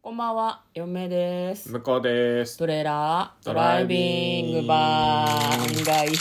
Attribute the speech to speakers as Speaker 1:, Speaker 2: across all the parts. Speaker 1: こんばんは、嫁です。
Speaker 2: 向こうです。
Speaker 1: トレーラードライビング版がいいんじゃない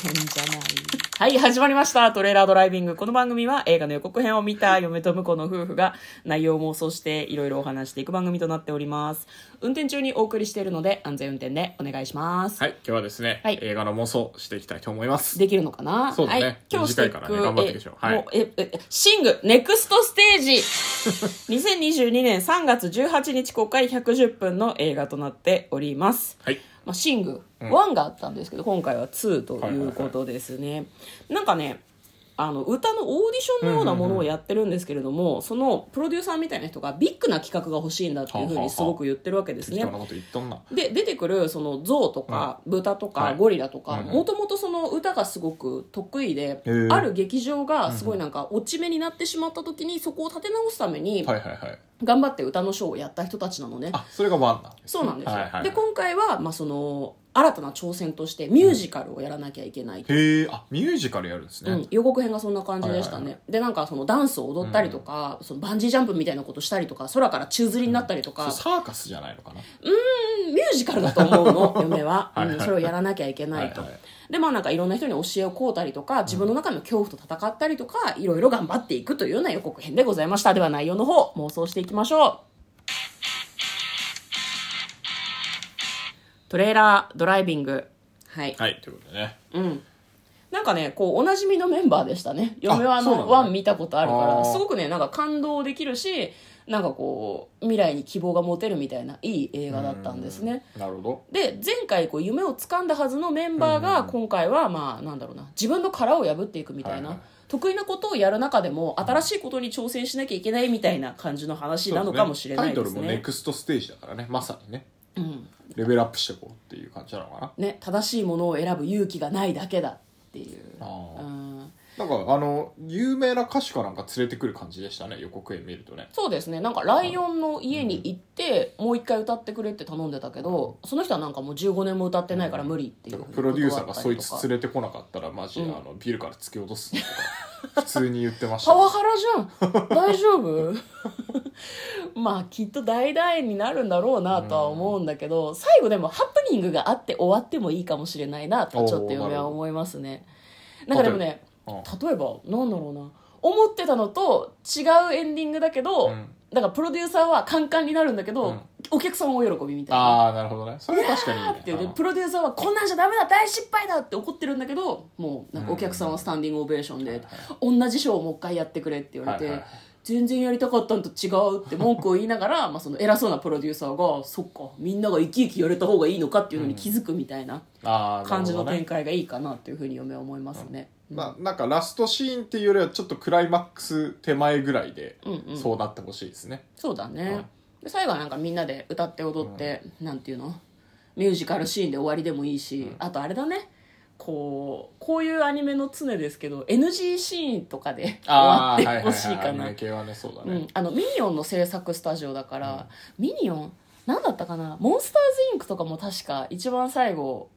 Speaker 1: はい、始まりました。トレーラードライビング。この番組は映画の予告編を見た嫁と婿の夫婦が内容を妄想していろいろお話していく番組となっております。運転中にお送りしているので安全運転でお願いします。
Speaker 2: はい、今日はですね、
Speaker 1: はい
Speaker 2: 映画の妄想していきたいと思います。
Speaker 1: できるのかな
Speaker 2: そうだね
Speaker 1: はい、今日していく
Speaker 2: 短いからね頑張っていきましょう
Speaker 1: え
Speaker 2: はい
Speaker 1: もうええシング、ネクストステー ジ2022年3月18日公開110分の映画となっております。
Speaker 2: はい。
Speaker 1: まあ、シング、1があったんですけど今回は2ということですね、なんかねあの歌のオーディションのようなものをやってるんですけれども、そのプロデューサーみたいな人がビッグな企画が欲しいんだっていうふうにすごく言ってるわけです
Speaker 2: 適
Speaker 1: ね
Speaker 2: 当なこと言っとんな。
Speaker 1: で出てくるその象とか豚と
Speaker 2: は
Speaker 1: か
Speaker 2: い
Speaker 1: ゴリラとか
Speaker 2: うんうん
Speaker 1: もともとその歌がすごく得意で
Speaker 2: へえ
Speaker 1: ある劇場がすごいなんか落ち目になってしまった時にそこを立て直すために
Speaker 2: はいはいはい。
Speaker 1: 頑張って歌のショーをやった人たちなのね
Speaker 2: あ、それがワンなんです
Speaker 1: そうなんですよ、
Speaker 2: はいはい
Speaker 1: で今回は、まあ、その新たな挑戦としてミュージカルをやらなきゃいけない、
Speaker 2: へえ、あ、ミュージカルやるんです
Speaker 1: う
Speaker 2: ね。
Speaker 1: ん、予告編がそんな感じでしたね、
Speaker 2: はいは
Speaker 1: でなんかそのダンスを踊ったりとか、そのバンジージャンプみたいなことしたりとか空から宙吊りになったりとか、
Speaker 2: サーカスじゃないのかな。
Speaker 1: うんミュージカルだと思うの 嫁は、
Speaker 2: はいはい
Speaker 1: うん、それをやらなきゃいけないと
Speaker 2: はいはい
Speaker 1: でまあなんかいろんな人に教えを請うたりとか自分の中の恐怖と戦ったりとかいろいろ頑張っていくというような予告編でございましたでは内容の方妄想していきましょうトレーラードライビングはい、
Speaker 2: はい、ということでね。
Speaker 1: うんなんかねこうおなじみのメンバーでしたね嫁はあ
Speaker 2: そうな
Speaker 1: の
Speaker 2: んだ
Speaker 1: ワン見たことあるか
Speaker 2: あ
Speaker 1: ら
Speaker 2: ー
Speaker 1: すごくねなんか感動できるしなんかこう未来に希望が持てるみたいないい映画だったんですね
Speaker 2: うん。なるほど。
Speaker 1: で前回こう夢を掴んだはずのメンバーが今回はまあなんだろうな自分の殻を破っていくみたいな、
Speaker 2: はいはい
Speaker 1: 得意なことをやる中でも新しいことに挑戦しなきゃいけないみたいな感じの話なのかもしれない
Speaker 2: そ
Speaker 1: で
Speaker 2: う
Speaker 1: す
Speaker 2: すねタイトルもネ
Speaker 1: ね。
Speaker 2: クストステージだからね、まさにね。
Speaker 1: うん
Speaker 2: レベルアップしていこうっていう感じなのかな。
Speaker 1: ね正しいものを選ぶ勇気がないだけだっていう。
Speaker 2: あ
Speaker 1: う
Speaker 2: あ。
Speaker 1: ん
Speaker 2: なんか、あの、有名な歌手かなんか連れてくる感じでしたね、予告編見るとね。
Speaker 1: そうですねなんかライオンの家に行ってもう一回歌ってくれって頼んでたけどその人はなんかもう15年も歌ってないから無理っていう
Speaker 2: プロデューサーがそいつ
Speaker 1: 断ったりとか
Speaker 2: 連れてこなかったらマジであのビルから突き落とすと か普通に言ってました
Speaker 1: パ
Speaker 2: ね
Speaker 1: ワハラじゃん大丈夫 まあきっと大団円になるんだろうなとは思うんだけど、最後でもハプニングがあって終わってもいいかもしれないなとちょっと嫁は思いますね
Speaker 2: おー
Speaker 1: なんかでもね
Speaker 2: うん
Speaker 1: 例えばなんだろうな思ってたのと違うエンディングだけど、
Speaker 2: うん
Speaker 1: だからプロデューサーはカンカンになるんだけど、
Speaker 2: うん
Speaker 1: お客さん大喜びみたいな。
Speaker 2: ああなるほどねそれ確かにい
Speaker 1: あーって
Speaker 2: い
Speaker 1: 言
Speaker 2: ね
Speaker 1: う
Speaker 2: う
Speaker 1: で
Speaker 2: ん
Speaker 1: プロデューサーはこんなんじゃダメだ大失敗だって怒ってるんだけどもうなんかお客さんはスタンディングオベーションで同じショーをもう一回やってくれって言われて、
Speaker 2: はいはい
Speaker 1: 全然やりたかったんと違うって文句を言いながらまあその偉そうなプロデューサーがそっかみんなが生き生きやれた方がいいのかっていうのに気づくみたいな
Speaker 2: あーな
Speaker 1: 感
Speaker 2: る
Speaker 1: じ
Speaker 2: ほ
Speaker 1: の
Speaker 2: ど
Speaker 1: 展
Speaker 2: ね
Speaker 1: 開がいいかなっていうふうに嫁は思いますね。
Speaker 2: ななんかラストシーンっていうよりはちょっとクライマックス手前ぐらいで
Speaker 1: うんうん
Speaker 2: そうなってほしいですね、
Speaker 1: そうだね、で最後はなんかみんなで歌って踊って、なんていうのミュージカルシーンで終わりでもいいし、あとあれだねこうこういうアニメの常ですけど NG シーンとかで 終わ
Speaker 2: あ
Speaker 1: っ
Speaker 2: あー
Speaker 1: てほしいかな、
Speaker 2: アニメ系はねそうだ
Speaker 1: う
Speaker 2: ね
Speaker 1: ん、、あのミニオンの制作スタジオだから、ミニオン何だったかなモンスターズインクとかも確か一番最後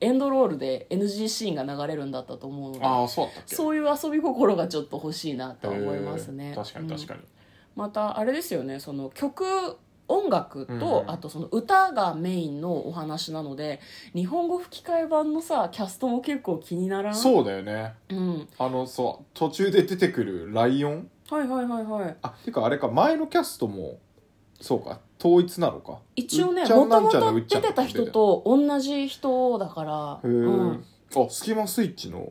Speaker 1: エンドロールで NG シーンが流れるんだったと思うので
Speaker 2: ああそうだったっけ
Speaker 1: そういう遊び心がちょっと欲しいなとは思います
Speaker 2: へ
Speaker 1: ね
Speaker 2: ー確かに確かに、
Speaker 1: またあれですよねその曲音楽と、
Speaker 2: うん
Speaker 1: あとその歌がメインのお話なので日本語吹き替え版のさキャストも結構気にならんう、
Speaker 2: そうだよね
Speaker 1: ん、
Speaker 2: あのそう途中で出てくるライオン
Speaker 1: はいはいはいはい
Speaker 2: あてかあれか前のキャストもそうか統一なのか
Speaker 1: 一応ね
Speaker 2: うっちゃ
Speaker 1: も
Speaker 2: んな
Speaker 1: と
Speaker 2: ん
Speaker 1: も
Speaker 2: ちゃんの
Speaker 1: と
Speaker 2: うっちゃ
Speaker 1: 出
Speaker 2: んの
Speaker 1: てた人と同じ人だから、
Speaker 2: へえ、
Speaker 1: うん、
Speaker 2: あスキマスイッチの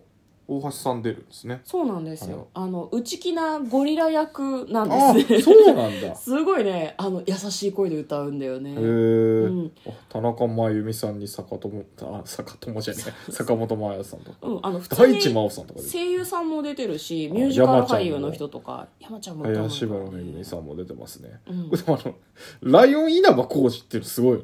Speaker 2: 大橋さん出るんですね
Speaker 1: そうなんですよあの内気なゴリラ役なんです
Speaker 2: あ
Speaker 1: ね
Speaker 2: そうな んだへ
Speaker 1: すごいねあの優しい声で歌うんだよね、
Speaker 2: え、
Speaker 1: うん
Speaker 2: あ田中真由美さんに坂友あ坂友じゃねえ坂本真綾さんとか
Speaker 1: うん、あの普通
Speaker 2: 大
Speaker 1: に
Speaker 2: 地真央さんとか出てる
Speaker 1: 声優さんも出てるし
Speaker 2: あ
Speaker 1: ミュージカル俳優の人とか山ちゃんも歌うの
Speaker 2: 林原めぐみさんも出てますね、
Speaker 1: うん
Speaker 2: でもあのライオン稲葉浩二っていうのすごいよね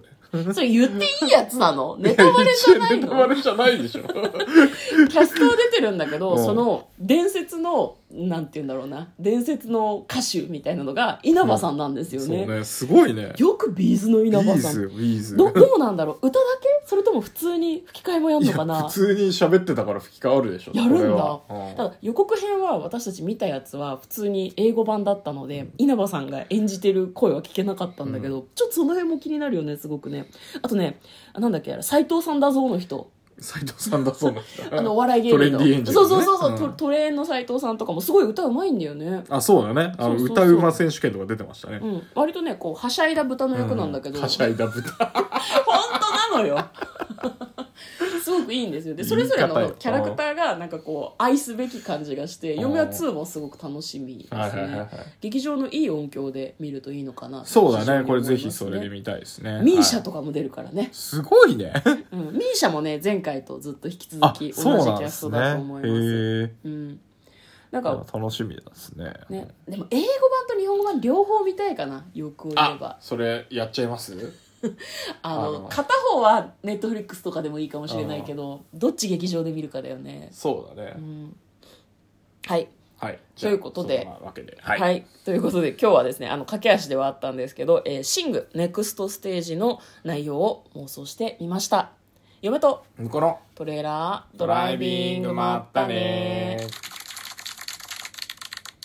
Speaker 1: それ言っていいやつなのネタバレじゃない
Speaker 2: ネタバ
Speaker 1: の
Speaker 2: レじゃないでしょ
Speaker 1: キャストは出てるんだけど、
Speaker 2: うん
Speaker 1: その伝説のなんて言うんだろうな伝説の歌手みたいなのが稲葉さんなんですよ
Speaker 2: そう
Speaker 1: ね,、
Speaker 2: ねすごいね
Speaker 1: よくビーズの
Speaker 2: ビ
Speaker 1: 稲葉
Speaker 2: ー
Speaker 1: さん
Speaker 2: ズビーズ
Speaker 1: どどうなんだろう歌だけそれとも普通に吹き替えもやん
Speaker 2: い
Speaker 1: の
Speaker 2: や
Speaker 1: かな
Speaker 2: 普通に喋ってたから吹き替わるでしょ
Speaker 1: やるんだ
Speaker 2: これはうん
Speaker 1: ただ予告編は私たち見たやつは普通に英語版だったので稲葉さんが演じてる声は聞けなかったんだけど、ちょっとその辺も気になるよねすごくねあとねあなんだっけあれ斎藤さんだぞの人
Speaker 2: 斉藤さんだそうな人
Speaker 1: あのお笑い芸人の
Speaker 2: トレンディエンジェル
Speaker 1: そ
Speaker 2: ね
Speaker 1: うそうそうそう、
Speaker 2: うん
Speaker 1: トトレーンの斎藤さんとかもすごい歌うまいんだよね
Speaker 2: あそうだねあの
Speaker 1: そうそう
Speaker 2: 歌
Speaker 1: そう
Speaker 2: うま選手権とか出てましたね
Speaker 1: う、ん、割とねこうはしゃいだ豚の役なんだけど、
Speaker 2: うはしゃいだ豚
Speaker 1: 本当なのよ すごくいいんですよでそれぞれ
Speaker 2: 言い方
Speaker 1: の
Speaker 2: よ
Speaker 1: キャラクターがなんかこう愛すべき感じがして「嫁は2」もすごく楽しみです
Speaker 2: はいはいはいは
Speaker 1: ね
Speaker 2: い
Speaker 1: 劇場のいい音響で見るといいのかな
Speaker 2: そう
Speaker 1: 非常
Speaker 2: だ
Speaker 1: に
Speaker 2: ねこれぜ
Speaker 1: 思いま
Speaker 2: ひ
Speaker 1: す
Speaker 2: それで見たいですね
Speaker 1: ミーシャ
Speaker 2: はい
Speaker 1: とかも出るからね、
Speaker 2: すご いね
Speaker 1: うん、ミーシャもね前回とずっと引き続
Speaker 2: あ
Speaker 1: き同じキ
Speaker 2: そうなん
Speaker 1: ャ
Speaker 2: で
Speaker 1: ス
Speaker 2: す
Speaker 1: ト
Speaker 2: ね
Speaker 1: だと思います
Speaker 2: へえ
Speaker 1: うん、なんか
Speaker 2: 楽しみですね
Speaker 1: ね、でも英語版と日本語版両方見たいかなよく言えば
Speaker 2: あそれやっちゃいます
Speaker 1: あの
Speaker 2: あの
Speaker 1: 片方はネットフリックスとかでもいいかもしれないけどどっち劇場で見るかだよね
Speaker 2: そうだね
Speaker 1: うんはい、
Speaker 2: はい
Speaker 1: ということで
Speaker 2: じゃあそんなわけで
Speaker 1: はい
Speaker 2: はい
Speaker 1: ということで今日はですねあの駆け足ではあったんですけど「えー、シングネクストステージ」の内容を妄想してみました嫁と
Speaker 2: 向こうの
Speaker 1: トレーラード
Speaker 2: ド
Speaker 1: ラ
Speaker 2: ラ
Speaker 1: イ
Speaker 2: イ
Speaker 1: ビン
Speaker 2: ビン
Speaker 1: グ
Speaker 2: グ
Speaker 1: ま
Speaker 2: ま
Speaker 1: っ
Speaker 2: ったた
Speaker 1: ね
Speaker 2: ねー